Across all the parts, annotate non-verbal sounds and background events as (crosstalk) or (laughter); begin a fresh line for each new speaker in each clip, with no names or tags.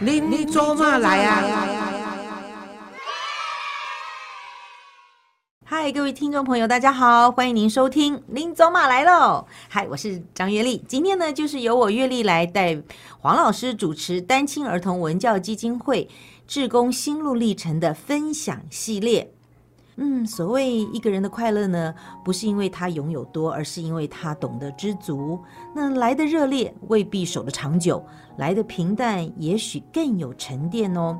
您做嘛来啊？
嗨，各位听众朋友，大家好，欢迎您收听《林走马来喽》。嗨，我是张月丽，今天呢，就是由我月丽来带黄老师主持单亲儿童文教基金会志工心路历程的分享系列。嗯，所谓一个人的快乐呢，不是因为他拥有多，而是因为他懂得知足。那来的热烈未必守得长久，来的平淡也许更有沉淀哦。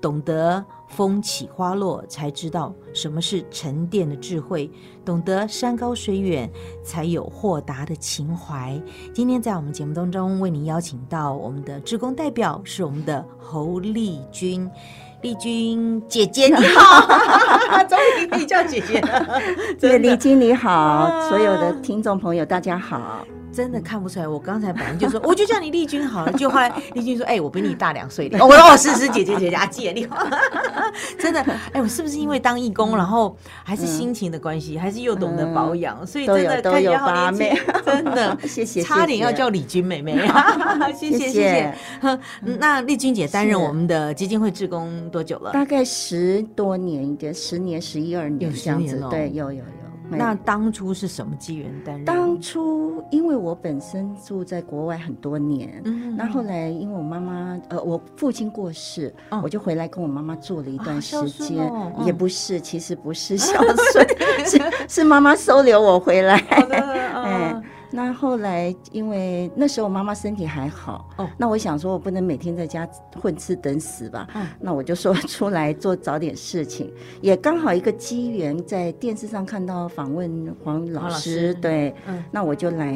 懂得风起花落，才知道什么是沉淀的智慧；懂得山高水远，才有豁达的情怀。今天在我们节目当中，为您邀请到我们的志工代表是我们的侯丽君。丽君姐姐你好， (laughs) 终于可以叫姐姐 (laughs) 了，
月
真
丽
的
经理好
啊，
所有的听众朋友大家好。
真的看不出来。我刚才本来就说，我就叫你丽君好了，就后
(laughs)
来丽君说，哎、我比你大两岁的，哦我说哦，是是姐姐姐姐啊，姐你好，真的，哎、我是不是因为当义工，然后还是心情的关系，还是又懂得保养，所以真的
都
看起来
有都有。
好年轻，真的
(laughs) 谢谢，
差
谢
点
谢
要叫李君
(laughs)
妹妹， (laughs) 谢谢
谢
谢谢
谢。
呵 (laughs) 那丽君姐担任
是
我们的基金会志工多久了？
大概十多年一点，十年、十一二年
有
这样
十
子
年了。
对，有有有。没
那当初是什么机缘担任？
当初因为我本身住在国外很多年，
嗯
(laughs) 那后来因为我妈妈呃，我父亲过世，
嗯
我就回来跟我妈妈住了一
啊
段时
孝顺
间，
哦嗯
也不是，其实不是 (laughs) 孝顺，是是妈妈收留我回来。
好 (laughs) 的，
哎
嗯，
那后来因为那时候妈妈身体还好，
哦
那我想说我不能每天在家混吃等死吧，
嗯
那我就说出来做找点事情，也刚好一个机缘在电视上看到访问黄
黄
老
老
师，
师
对，
嗯，
那我就来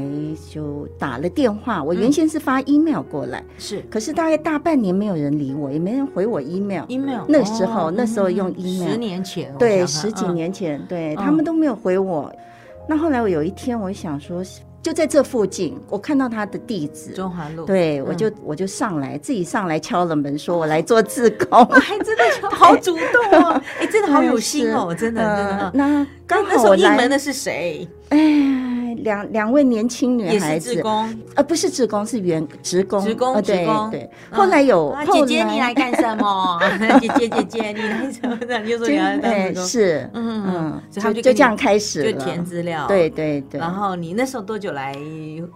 就打了电话，我原先是发 email 过来，
是
可是大概大半年没有人理我，也没人回我 email，
email
那时候
哦
那时候用
嗯
email
十年前我
对，
想想
十几年前，对
嗯
他们都没有回我。那后来我有一天，我想说，就在这附近，我看到他的地址
嗯，中哦华路，
对我就我就上来，自己上来敲了门，说我来做志工。 (laughs)
还哎真的好主动哦，哎，真的 (laughs) 好有心哦，真的真的
呃
嗯。
那刚
那
好
时候
我
应门
来，
的是谁？
哎，两两位年轻女
也
孩
是
子
志，工。
呃，不是职工，是员职工，
职工
呃
职
对
工
对。
嗯
(laughs) 后来有
啊，姐
后
姐你来
来，
干什
(laughs)
么？姐姐姐姐你来什么？你就说你要当
哎
志工，
是，
嗯
嗯，
所以他们就跟
就这
你
样开始
就
了，
填资料，
对。对对。
然后你那时候多久来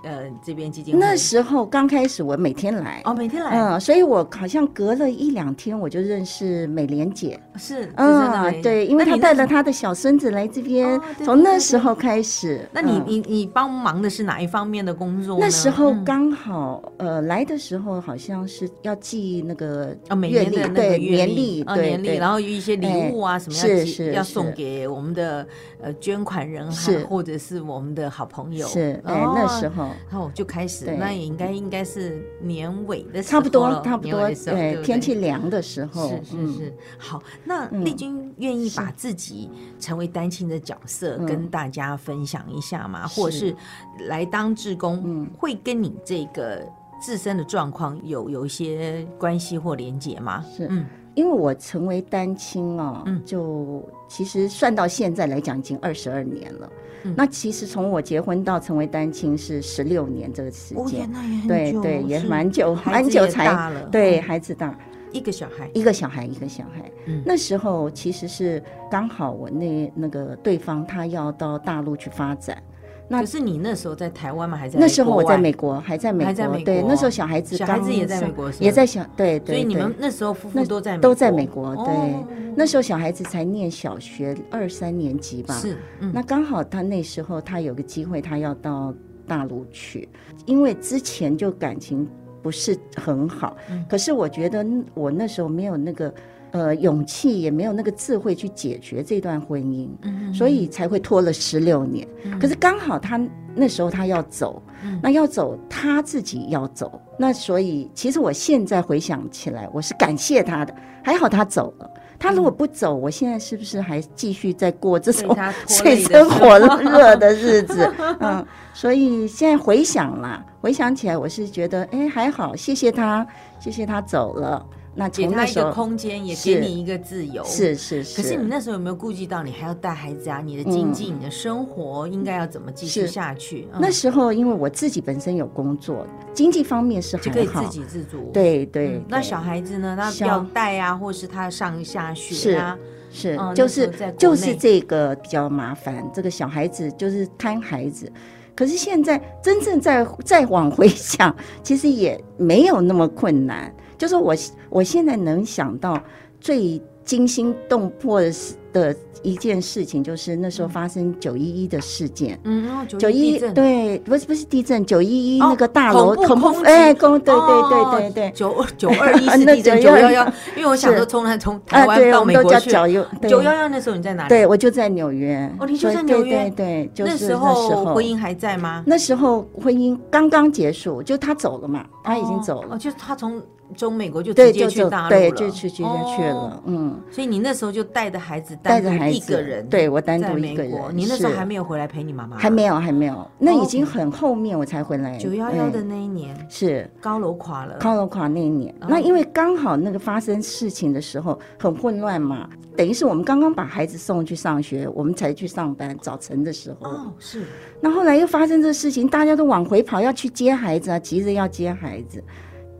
呃这边基金会？
那时候刚开始，我每天来，
哦，每天来
嗯，所以我好像隔了一两天，我就认识美莲姐。
是，
嗯，对，因为
他
她带了她的小孙子来这边
哦对，
从
对
那
对
时候开始。
那你
嗯
你你帮忙的是哪一方面的工作呢？
那时候
嗯
刚好呃来的时候，好像是要寄那个
啊，每
月
年
历
的那个
对
月
年
历，
历
啊，
对
年历，
对
然后有一些礼
哎
物啊什么要
是
寄
是
要送
是
给我们的呃捐款人哈
是，
或者是我们的好朋友。
是哎那时
候，
候
然后就开始，
对
那也应该应该是年尾的时候
差不多
了
差不
年
多哎
尾的时候对不对
天气凉的时候，
是是
嗯
是，好。那
嗯
丽君愿意
是
把自己成为单亲的角色
嗯
跟大家分享一下吗？或者
是
是来当志工
嗯，
会跟你这个自身的状况有有一些关系或连结吗？
是
嗯，
因为我成为单亲哦，
嗯
就其实算到现在来讲，已经二十二年了。
嗯
那其实从我结婚到成为单亲是十六年这个时
哦，
间，
那也很
对
久哦
对，也
是
蛮久，
孩
蛮
子
久
也
才
大了
对
嗯
孩子大，
一个小孩，
一个小孩一个小孩。
嗯
那时候其实是刚好我那那个对方他要到大陆去发展，那
可是你那时候在台湾吗？还是
那时候
国
我在
外，
美国，还在美
还
国，
在美
对，
国
那时候小孩子
小
刚
孩子也在美
上
国，
也在。小对
所
对
以你
对
们那时候夫妇
那
都在美
都在美国，对。
哦
那时候小孩子才念小学二三年级吧，
是嗯
那刚好他那时候他有个机会，他要到大陆去，因为之前就感情不是很好，
嗯
可是我觉得我那时候没有那个呃勇气，也没有那个智慧去解决这段婚姻，
嗯
所以才会拖了十六年。
嗯
可是刚好他那时候他要走，
嗯
那要走他自己要走，那所以其实我现在回想起来，我是感谢他的，还好他走了。他如果不走，我现在是不是还继续在过这
被
种
嗯他拖累的
水深
生
火热的日子？嗯， (laughs) 所以现在回想啦，回想起来，我是觉得，哎，还好，谢谢他，谢谢他走了。那
给
从
他
那
一
时
个
候
空间，也
是
给你一个自由。。
是是是，嗯
可是你那时候有没有顾及到你还要带孩子啊？你的经济、你的生活应该要怎么继续
是
下去？嗯
那时候因为我自己本身有工作，经济方面是
就可
还
以自
好，
给自足。
对
嗯
对。
那
对
小孩子呢？那
小
要带啊，或是他上下学啊，
是
哦
就
那时候
是
在国
就是
内
这个比较麻烦，这个小孩子就是看孩子。可是现在真正再再往回想，其实也没有那么困难。就是我我现在能想到最惊心动魄的事的一件事情，就是那时候发生九一一的事件。
嗯，哦
九
一
一
地震
对，不是不是地震，九一一
哦
那个大楼
恐怖哦空袭
哎，空对对对呃对对，
九九二
(laughs)
一是
啊那
地震，九幺
911
幺，因为我想
是
说从来从台
啊，
湾
对，
到
我们
美
都
国
叫
去，
九幺
九幺幺那时候你在哪里？
对，我就在纽约。
哦你就
所以
在纽
对
约
对对，就
那
是
时
那
候婚姻还在吗？
那时候婚姻刚刚结束，就他走了嘛，他已经走
哦，
了，
就是他从中美国就直
对，
接
就
去
走
大，陆
对，
了
就去去
哦
去了，嗯，
所以你那时候就带着孩子，
带着孩
一
子
个人，
对我单
在
独一
美
个
国，
人，
你那时候
是
还没有回来陪你妈妈，
还没有还没有，那
哦
已经很后面我才回来，
九幺幺的
对
那一年，
是。
高楼垮了，
康乐垮那一年，
哦
那因为刚好那个发生事情的时候很混乱嘛，等于是我们刚刚把孩子送去上学，我们才去上班，早晨的时候。
哦，是
那后来又发生这事情，大家都往回跑，要去接孩子啊，急着要接孩子。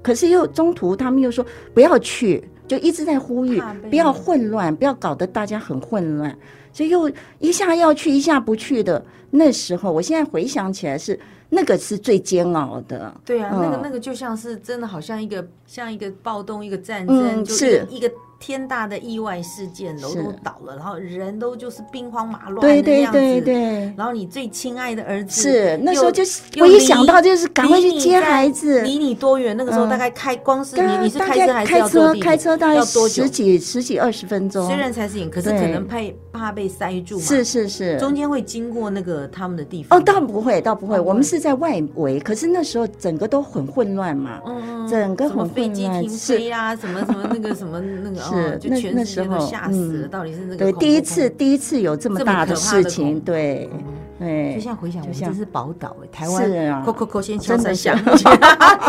可是又中途他们又说不要去，就一直在呼吁
怕被
不要混乱，不要搞得大家很混乱。所以又一下要去，一下不去的。那时候，我现在回想起来是那个是最煎熬的。
对啊，那个
嗯
那个就像是真的，好像一个像一个暴动，一个战争，
嗯
就是一个天大的意外事件，楼都
是
倒了，然后人都就是兵荒马乱
对
的
对
样子
对。对，
然后你最亲爱的儿子
是那时候
又
就是
又
我一
离
想到就是赶快去
离你
接
在
孩子，嗯
离你多远？那个时候大概开，光是你你是
啊大
开车
概
还是
开
要坐
车
地铁
开车大概
要多久
十？几十几二十分钟
虽，然才是远，可是
哦对
可能怕怕被塞住嘛。
是是是，
中间会经过那个他们的地方。
哦，倒不会，倒不会，
哦不会
我们是在外围，可是那时候整个都很混乱嘛，
嗯，嗯
整个
什么
很
飞机
混乱
停
是
飞啊，什么什
(laughs)
么那个什么那个，哦，
是
就
那
全
那
世界
时
都
候
吓死了。
嗯
到底是那个
对，
恐怖
第一
恐
次
怖，
第一次有这么大
这么可怕
事
的恐
情，
怖哦
对
就
对，
像回想，我
就
们
像
真是宝岛哎，台
是
湾
啊
扣扣扣先敲
真
三
的
下， (laughs)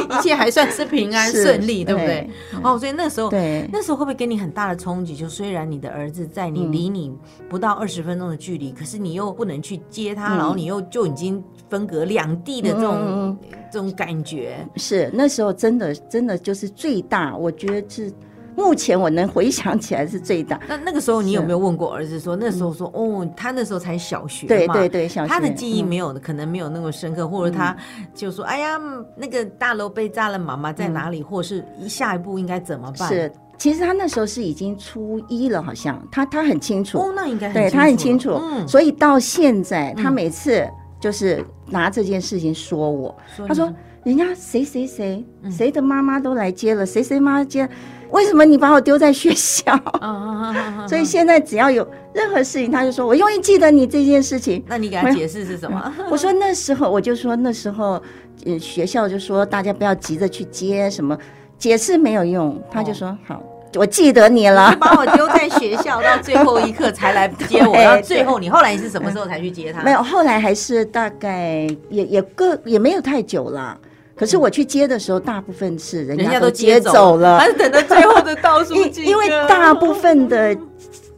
一切还算是平安
(laughs) 是
顺利，对不对
对？
哦，所以那时候
对
那时候会不会给你很大的冲击？就虽然你的儿子在你
嗯
离你不到二十分钟的距离，可是你又不能去接他，
嗯
然后你又就已经分隔两地的这种、
嗯
这种感觉。
是那时候真的真的就是最大，我觉得是目前我能回想起来是最
(laughs)
大，
那那个时候你有没有问过儿子说，那时候说、哦，他那时候才小学
对
嘛。
对对，小
他的
学
记忆
嗯
没有，可能没有那么深刻，或者他就说：“哎呀，那个大楼被炸了，妈妈在哪里？”或是一下一步应该怎么办？
嗯是，其实他那时候是已经初一了，好像他他很清楚，
哦，那应该很
对他很清楚，
嗯，
所以到现在他
嗯
每次就是拿这件事情说我，
你
他说人家谁谁谁
嗯
谁的妈妈都来接了，谁谁妈妈接了，为什么你把我丢在学校？ (laughs)
啊啊啊啊啊啊
所以现在只要有任何事情，他就说我永远记得你这件事情。
那你给他解释是什么？
我说那时候我就说那时候，呃，学校就说大家不要急着去接什么，解释没有用，他就说好，我记得你了
(laughs) 你。把我丢在学校，到最后一刻才来接
(laughs)
我。
哎对
到最后，你后来你是什么时候才去接他？
没有，后来还是大概也也个也没有太久啦。可是我去接的时候，大部分是人
人
家
家都
接
走
走
(laughs)
了，
还是等到最后的倒数
因
几个
因为大部分的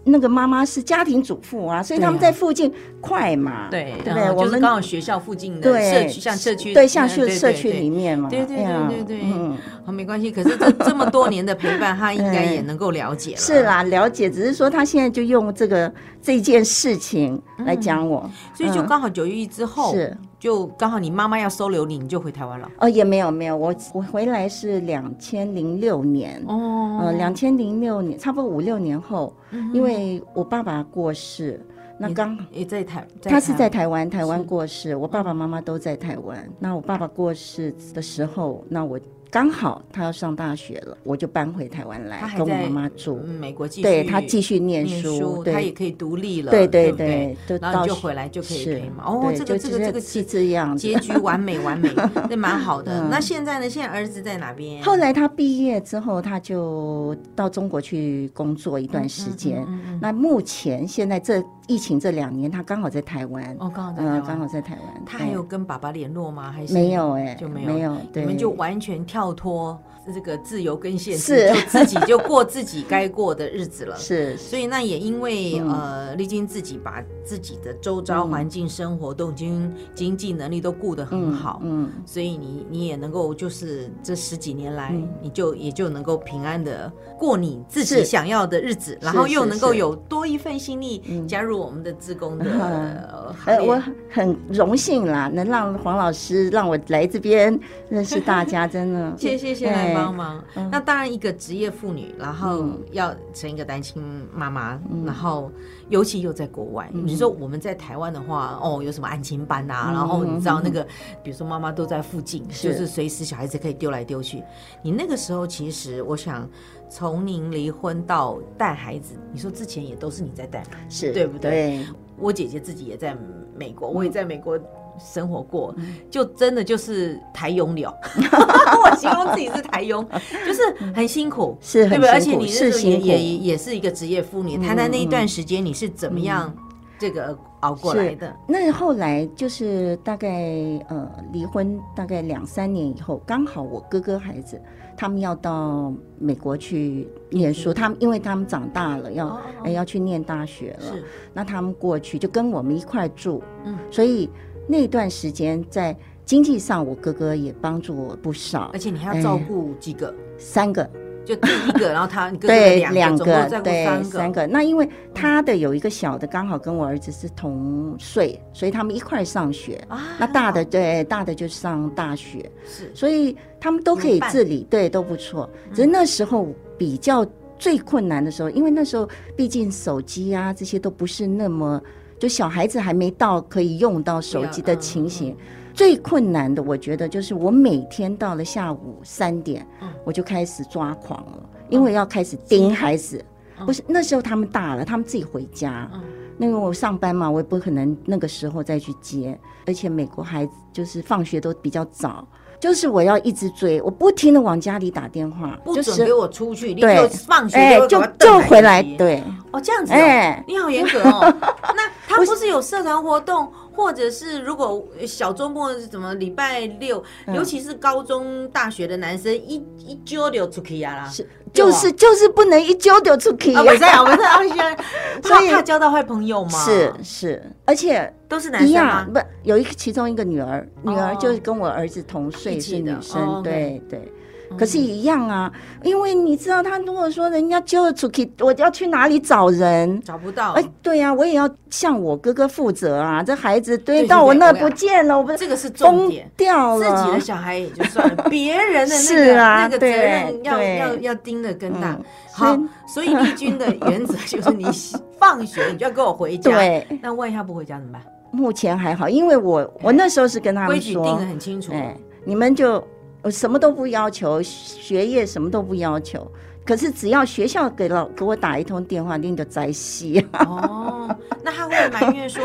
那个妈妈是家庭主妇
(laughs)
啊，所以
对啊
他们在附近快嘛，
对
对不
然后
对？我
就是
们
刚好学校附近的社
对
区，像社区
对像
嗯
社社区里。面嘛，
对对
哎呀
对对对
嗯，
好，没关系。可是这这么多年的陪伴，他应该也能够了解了。
是。啦，了解，只是说他现在就用这个这件事情来讲我，
所以就
嗯
刚好九一一之后，
是
就刚好你妈妈要收留你，你就回台湾了。
哦，也没有没有，我我回来是两千零六年，
哦
呃，两千零六年，差不多五六年后，
嗯
因为我爸爸过世，那刚
也在台，
他是在
台
台湾，台湾过世，我
嗯
爸爸妈妈都在台湾。那我爸爸过世的时候，那我刚好他要上大学了，我就搬回台湾
他
来
还
跟我
在
妈妈住
湾，嗯美国继续，
对他继续念
念
书，
他也
对
可以独立了，
对
对
对
不对，
对，
然后你就
学
回来就可以
是
陪嘛。哦，
对
这个这
就
个
是
这个结
是这样子嗯
结。局完美完
(laughs)
美，那蛮好的。那现在呢？现在儿子在哪边？
后来他毕业之后，他就到中国去工作一段时间。
嗯嗯嗯
那目前现在这疫情这两年，他刚好在台湾，
哦，刚好在
嗯、
台
刚
湾。
好在台湾。
他
对
还有跟爸爸联络吗？还是
没有哎、
就没有
没有，对
你们就完全跳脱这个自由跟限制，
是
就自己就过自己该过的日
(laughs)
子了。
是
所以那也因为、
嗯
呃，丽晶自己把自己的周遭环境、生活都已经经济能力都顾得很好，
嗯，
所以你你也能够就是这十几年来，
嗯
你就也就能够平安的过你自己
是
想要的日子，然后
是
又能够
是
有多一份心力
嗯
加入我们的自工的、呃行
呃，
列
我很荣幸啦，能让黄老师让我来这边认识大家，真的
(laughs) 谢谢谢来帮忙。
嗯
那当然，一个职业妇女，然后
嗯
要成一个单亲妈妈，
嗯
然后尤其又在国外。
嗯
你说我们在台湾的话，哦，有什么安亲班啊，
嗯
然后你知道
嗯
那个，比如说妈妈都在附近，
是
就是随时小孩子可以丢来丢去。你那个时候其实，我想从您离婚到带孩子，你说之前也都是你在带。
是
对不对
对？
我姐姐自己也在美国，
嗯
我也在美国生活过，就真的就是台佣了。 (laughs) 我形容自己是台
(laughs)
佣，就是很辛苦，
嗯是
对
很
不对？而且
辛苦
你那时
是
候也
辛苦
也也也是一个职业妇女，
嗯
谈谈那一段时间你是怎么样这个熬过来的？
那后来就是大概呃离婚大概两三年以后，刚好我哥哥孩子他们要到美国去念书，他们因为他们长大了要、
哦
哎要去念大学了，
是，
那他们过去就跟我们一块住，
嗯
所以那段时间在经济上，我哥哥也帮助我不少
而，且你还要照顾几个，
三个，
就第一个，然后
(laughs)
他你哥哥
哎对，
有两个，总共照顾
对，
三个，
三个。那因为他的有一个小的，刚好跟我儿子是同岁，所以他们一块儿上学。
啊
那大的对大的就上大学，
是嗯
所以他们都可以
有伴
自理，对，都不错。只是那时候比较最困难的时候，因为那时候毕竟手机啊这些都不是那么，就小孩子还没到可以用到手机的情
嗯
形。最困难的，我觉得就是我每天到了下午三点，
嗯
我就开始抓狂了，因为要开始盯孩子。
嗯
不是那时候他们大了，他们自己回家。
嗯
那个我上班嘛，我也不可能那个时候再去接，而且美国孩子就是放学都比较早，就是我要一直追，我不停的往家里打电话，
不
就
准
是
给我出去，你
对
就放学
哎
给我
就
把他
就
瞪
回来，
一集
对，
哦，这样子、哦，
哎
你好严格
(laughs)
哦。那他不是有社团活动，或者是如果呃小周末是怎么礼拜六，
嗯
尤其是高中、大学的男生，一一揪就出去啊呀啦。
是就是就是不能一揪就出去，
啊，我在啊，我在啊，现
(laughs)
在
所
怕
以
怕交到坏朋友嘛，
是是，而且
都是男
一
生
样
吗？
不有一个其中一个女儿，女儿
哦
就是跟我儿子同岁
一
是
起的
女
哦
生，
，OK 嗯
对对。可是一样啊，因为你知道，他如果说人家揪了出去，我要去哪里找人？
找不到
哎，，对呀、我也要向我哥哥负责啊！这孩子
对
对
对
到我那
对我
不
也
见了，我不是
这个是重
疯
点。
掉
自己
了
的。小孩也就算了，别人的那
是
个、
啊
那个责
对
任要
对
要要盯得更大。
嗯
好
所以，
所以丽君的原则就是
(laughs)
你放学你就要跟我回家。
对，
那万一他不回家怎么办？
目前还好，因为我我那时候是跟他
规
们
矩定得
说，
很清楚。
哎，你们就我什么都不要求，学业什么都不要求，可是只要学校给了给我打一通电话，你就啊摘戏。
哦， (laughs) 那他会埋怨说，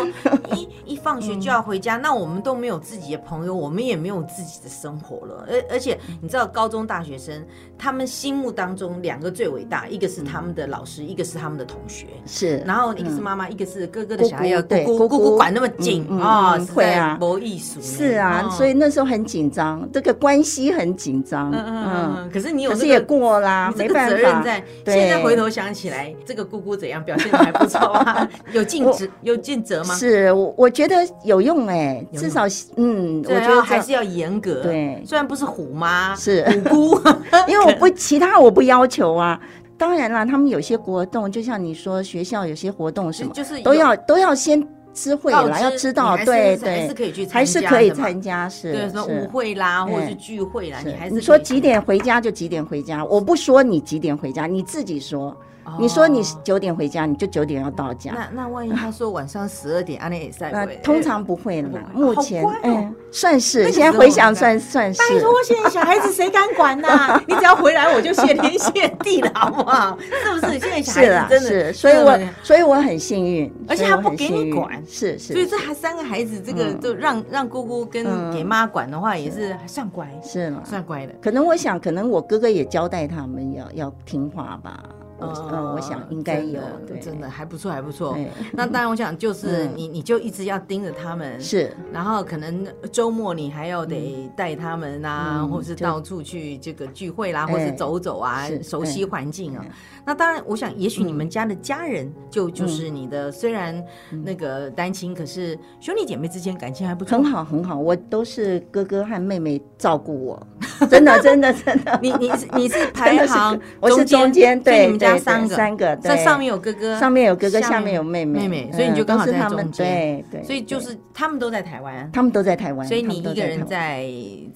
一一放学就要回
嗯
家，那我们都没有自己的朋友，我们也没有自己的生活了。而而且你知道，高中大学生他们心目当中两个最伟大，一个是他们的老
嗯
师，一个是他们的同学。
是，
然后一个是妈妈，一个是哥哥的
姑
小
嗯姑
孩要
对
姑
姑
姑
姑
姑管那么紧
嗯嗯
啊，
嗯
实
会
在
啊
没艺术
是
哦
啊，所以那时候很紧张，这个关系很紧张。
嗯嗯嗯
嗯，
嗯，可是你有
可
这
是
个
也过啦，
你
没
这个
办
责任
法。
在。
对
现在回头想起来，这个姑姑怎样表现的还不错
(laughs)
啊？有尽职有尽责吗？
是我我觉得有用哎、
有
至
用
少嗯，我
对
觉
啊
得
还
这
是要严格。
对
虽然不是虎妈，
是 (laughs)
虎姑， (laughs)
因为我不其他我不要求啊。当然啦，他们有些活动，就像你说学校有些活动什么，
就是有
都要都要先知会
告
啦，要知道
你还是还
对对
是，可以去参加的嘛，
还是可以参加是
对什么舞
是。
会啦，或者是
对
聚会啦，
是
你还是
你说
可以
几点回家就几点回家，我不说你几点回家，你自己说。
哦
你说你九点回家，你就九点要到家。
那那万一他说晚上十二点，安内也在
那
不会
通常不会啦
不会，
目前
好乖哦
嗯算
那
是
个
现在
时
回
候
想
在
算算是。
拜托，现在小孩子谁敢管呐、你只要回来，我就谢天谢地了，好不好？是不是？现在小
是
孩
啦，
子真的，
是，所以
真的
我
很
所以我很幸运，
而且
所以
他
我
不
很
给你
幸运
管
是是，
所以这还三个孩子，这个
嗯
就让、让姑姑跟
嗯
给妈管的话，也是还算乖，
是了。
算乖的。
可能我想，可能我哥哥也交代他们要要听话吧，我呃，我想应该
嗯
有
哦真的，
对，
真的还不错，还不错。
对，
那当然，我想就是
嗯
你，你就一直要盯着他们，
是
然后可能周末你还要得带他们啊，
嗯
或是
就
到处去这个聚会啦，或
哎
是走走啊，
是
熟悉环境啊。
哎嗯
那当然，我想也许你们家的家人就、就是你的，虽然那个单亲，可是兄弟姐妹之间感情还不错
很。好很好，我都是哥哥和妹妹照顾我， (laughs) 真的真的真
(laughs)
的，
你你是你是
(laughs) 真
排
的是
行，
我是中间，
所以
对，
你们家
对对
三个，
三个，
在
对
上面有哥哥，
上面有哥
下
哥，
面
下面有妹妹，嗯
妹妹所以你就刚好
都是
在
他们
中间，
对对，
所以就是他们都在台湾
对，他们都在台湾，
所以
他
你一
们都
个人
台湾，
在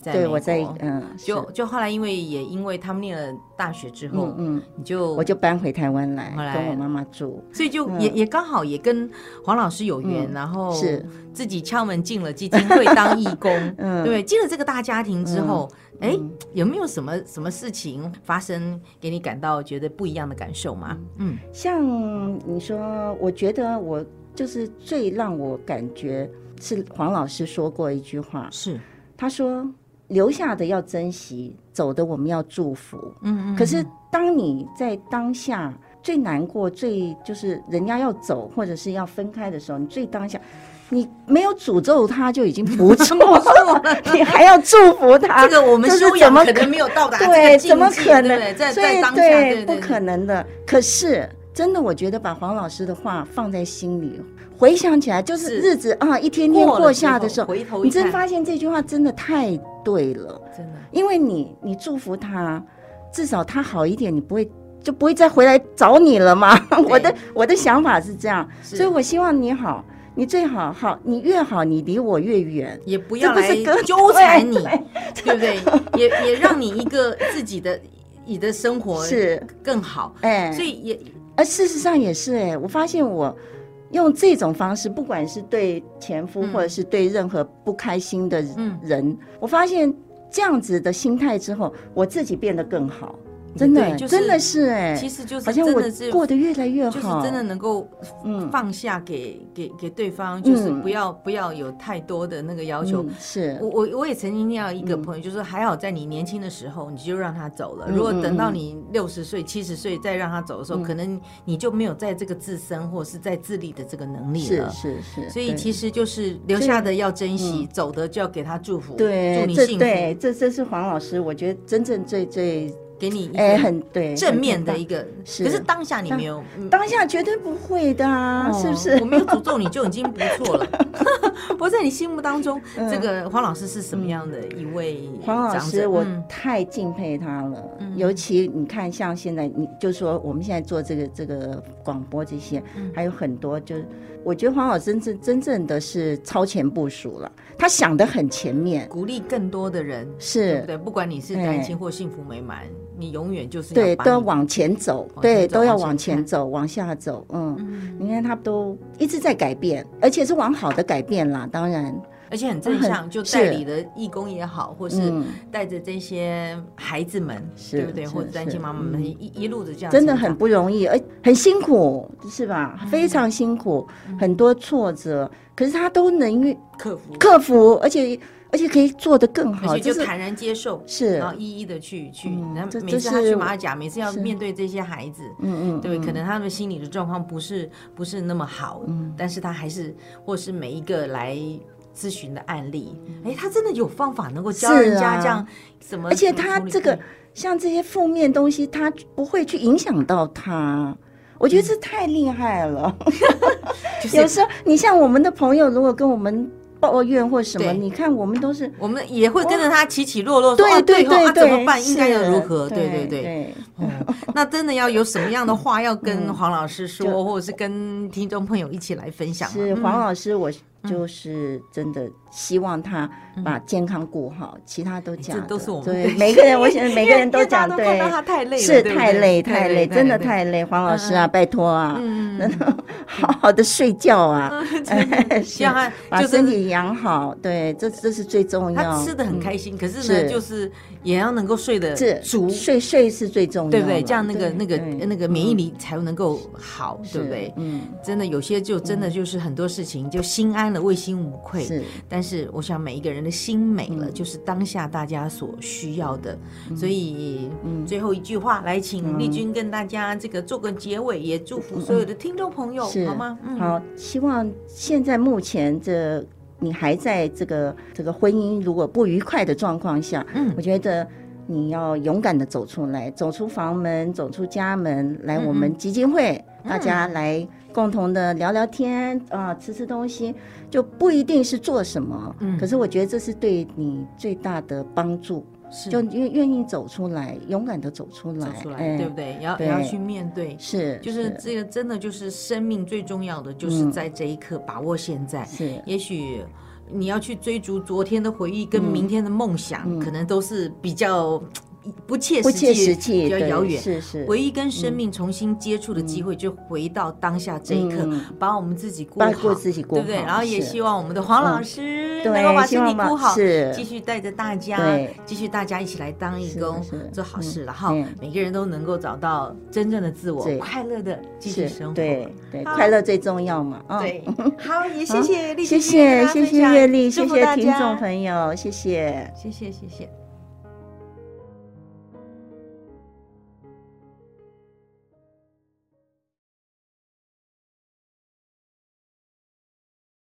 在美
对，
国
我在嗯，
就是就后来因为也因为他们念了大学之后
嗯，嗯，
你就
我就搬回台湾
后来
来跟我妈妈住，
所以就也、也刚好也跟黄老师有缘，
嗯
然后
是
自己敲门进了基金会当义工，
嗯
对，进了这个大家庭之后，哎、
嗯
有没有什么什么事情发生给你感到觉得不一样的感受吗？嗯，
像你说，我觉得我就是最让我感觉是黄老师说过一句话，
是，
他说留下的要珍惜，走的我们要祝福。
嗯嗯，
可是当你在当下最难过、最就是人家要走或者是要分开的时候，你最当下，你没有诅咒他就已经不错了，你还要祝福他
这。个我们
啊这是
修养
怎么
可
可
能没有到达这个
对，
境界，
怎么可
对
能
不对？？在
所以
在当下，对
对，
对对
不可能的。可是真的，我觉得把黄老师的话放在心里，回想起来，就是
是
日子啊，一天天
过了
过
之
下
后
的时候，
回头一
你真
看
发现这句话真的太对了，
真的。
因为你你祝福他，至少他好一点，你不会。就不会再回来找你了嘛？ (laughs) 我的我的想法是这样，
是
所以我希望你好，你最好好，你越好，你离我越远。
也不
这
要
不
来
是歌
纠缠你，
对
对不对？也也让你一个自己的你的生活
是
更好，
哎，
所以也
而事实上也是哎、我发现我用这种方式，不管是对前夫
嗯
或者是对任何不开心的
嗯
人，我发现这样子的心态之后，我自己变得更好，
也
真的、
嗯对
哎
就是
真的是哎、
其实就是
好像
真
我
的是
过得越来越
就是
好，
真的能够
嗯
放下给给给对方，就是
嗯
不要不要有太多的那个要求。
嗯是
我我我也曾经要一个
嗯
朋友，就是还好在你年轻的时候，你就让他走了。
嗯
如果等到
嗯嗯
你六十岁、七十岁再让他走的时候，
嗯
可能你就没有在这个自身或是在自立的这个能力
是
了。
是是，
所以
对
其实就是留
所以嗯
下的要珍惜，走的就要给他祝福，祝
对
你
这
幸
对
福，
这这是黄老师，我觉得真正最最
给你一
哎、
个
很对
正面
很
的
棒
一个。
是
可是当下你没有，嗯
当下绝对不会的、啊，是不
哦
是
我？没有诅咒你就已经不错了。 (laughs) 不过在你心目当中，
嗯
这个黄老师是什么样的一位
黄老
长
师，
者？
我
嗯
太敬佩他了。
嗯
尤其你看，像现在，你就说我们现在做这个这个广播这些，
嗯
还有很多，就是我觉得黄老师真正真正的是超前部署了，他想的很前面，
鼓励更多的人，对不
是
对？不管你是
哎
单亲或幸福美满，你永远就是
对，
把
都要
你
往前走
往前，
对，
走
都要
往前
往前
看
走，往下走，嗯。
嗯，
你看，他都一直在改变，而且是往好的改变啦。当然，
而且很正
很
向，就代
是
理的义工也好，或是
嗯，
带着这些孩子们，
是
对不对？
是
或者单亲妈妈们一一路的这样成长，
真的很不容易，而很辛苦，是
嗯
吧？非常辛苦，很多挫折，可是他都能越
克服，
克服，而且而且可以做得更好，
而且
就
就是坦然接受，
是
然后一一的去去，
嗯
然后
这
每
这
次他
是
去
我
马尔甲，每次要
是
面对这些孩子，
嗯嗯，
对，可
嗯
能他们心理的状况不是不是那么好，但是他还是或是每一个来咨询的案例，哎，他真的有方法能够教
嗯是
人家
啊
这样怎么，
而且他这个
嗯
像这些负面东西，他不会去影响到他。我觉得这太厉害了。
嗯 (laughs) 就是
有时候你像我们的朋友，如果跟我们抱怨或什么，
对
你看我们都是
我们也会跟着他起起落落，说哦
对
对哦啊
对，
怎么办，应该要
是
如何，对对
对
对。
嗯
哦， (laughs) 那真的要有什么样的话要跟黄老师说，
就
或者是跟听众朋友一起来分享啊？
是
嗯
黄老师，我就是真的希望他把健康顾好，其他都
嗯
讲
哎这都是我们
对每个人，
(laughs)
我想每个人都讲
因为因为大家都看
对
到，他太累了，对
是
不对
太累太累，真的。
对
太累。黄老师啊，拜托啊，
嗯，
能 (laughs) 好好的睡觉
(laughs)
啊，哎
希
(laughs) 是
望他
把
就是
身体养好，对，这这是最重要。
他吃的很
嗯
开心，可是呢，
是
就是也要能够睡得
嗯是
足，
睡睡是最重要的，
对不对？这样那个
对
那个
对
那个免疫力才能够好，
嗯
对不对
是？嗯，
真的有些就真的就是很多事情就心安翻了，问心无愧。
是
但是我想每一个人的心美了，
嗯
就是当下大家所需要的。所以、
嗯
最后一句话来，请
嗯
丽君跟大家这个做个结尾，也祝福所有的听众朋友，
是
好吗？嗯，
好，希望现在目前这你还在这个这个婚姻如果不愉快的状况下，
嗯
我觉得你要勇敢的走出来，走出房门，走出家门，来
嗯嗯嗯
我们基金会，大家来共同的聊聊天啊、吃吃东西，就不一定是做什么，
嗯
可是我觉得这是对你最大的帮助，
是
就愿愿意走出来，勇敢的走出来，
嗯走出来，
哎
对不对？也要
对
也要去面对。
是，
就是这个，真的就是生命最重要的，就是
嗯
在这一刻把握现在。
是
也许你要去追逐昨天的回忆跟
嗯
明天的梦想，
嗯
可能都是比较不切
不
实
切实际，
比较
对
遥远。
是嗯是，
回忆跟生命重新接触的机会，就回到当下这一刻，
嗯
把我们自己过
包
好，
括自己过
对
好，
不对？然后也
是嗯
希望我们的黄老师能够
对
把
希
身体
望吧
顾好，
是
继续带着大家
对，
继续大家一起来当义
是
工
是，
做好
嗯
事了哈
嗯。
每个人都能够找到真正的自我，
对
快乐的继续
是
生活。
对对，
好
快乐最重要嘛，啊，
对，好，也谢谢丽
谢
君今天跟大家
谢谢
分
谢
享
月丽，
祝
谢
福
谢
大
听
家
众朋友，谢谢。
谢谢谢谢。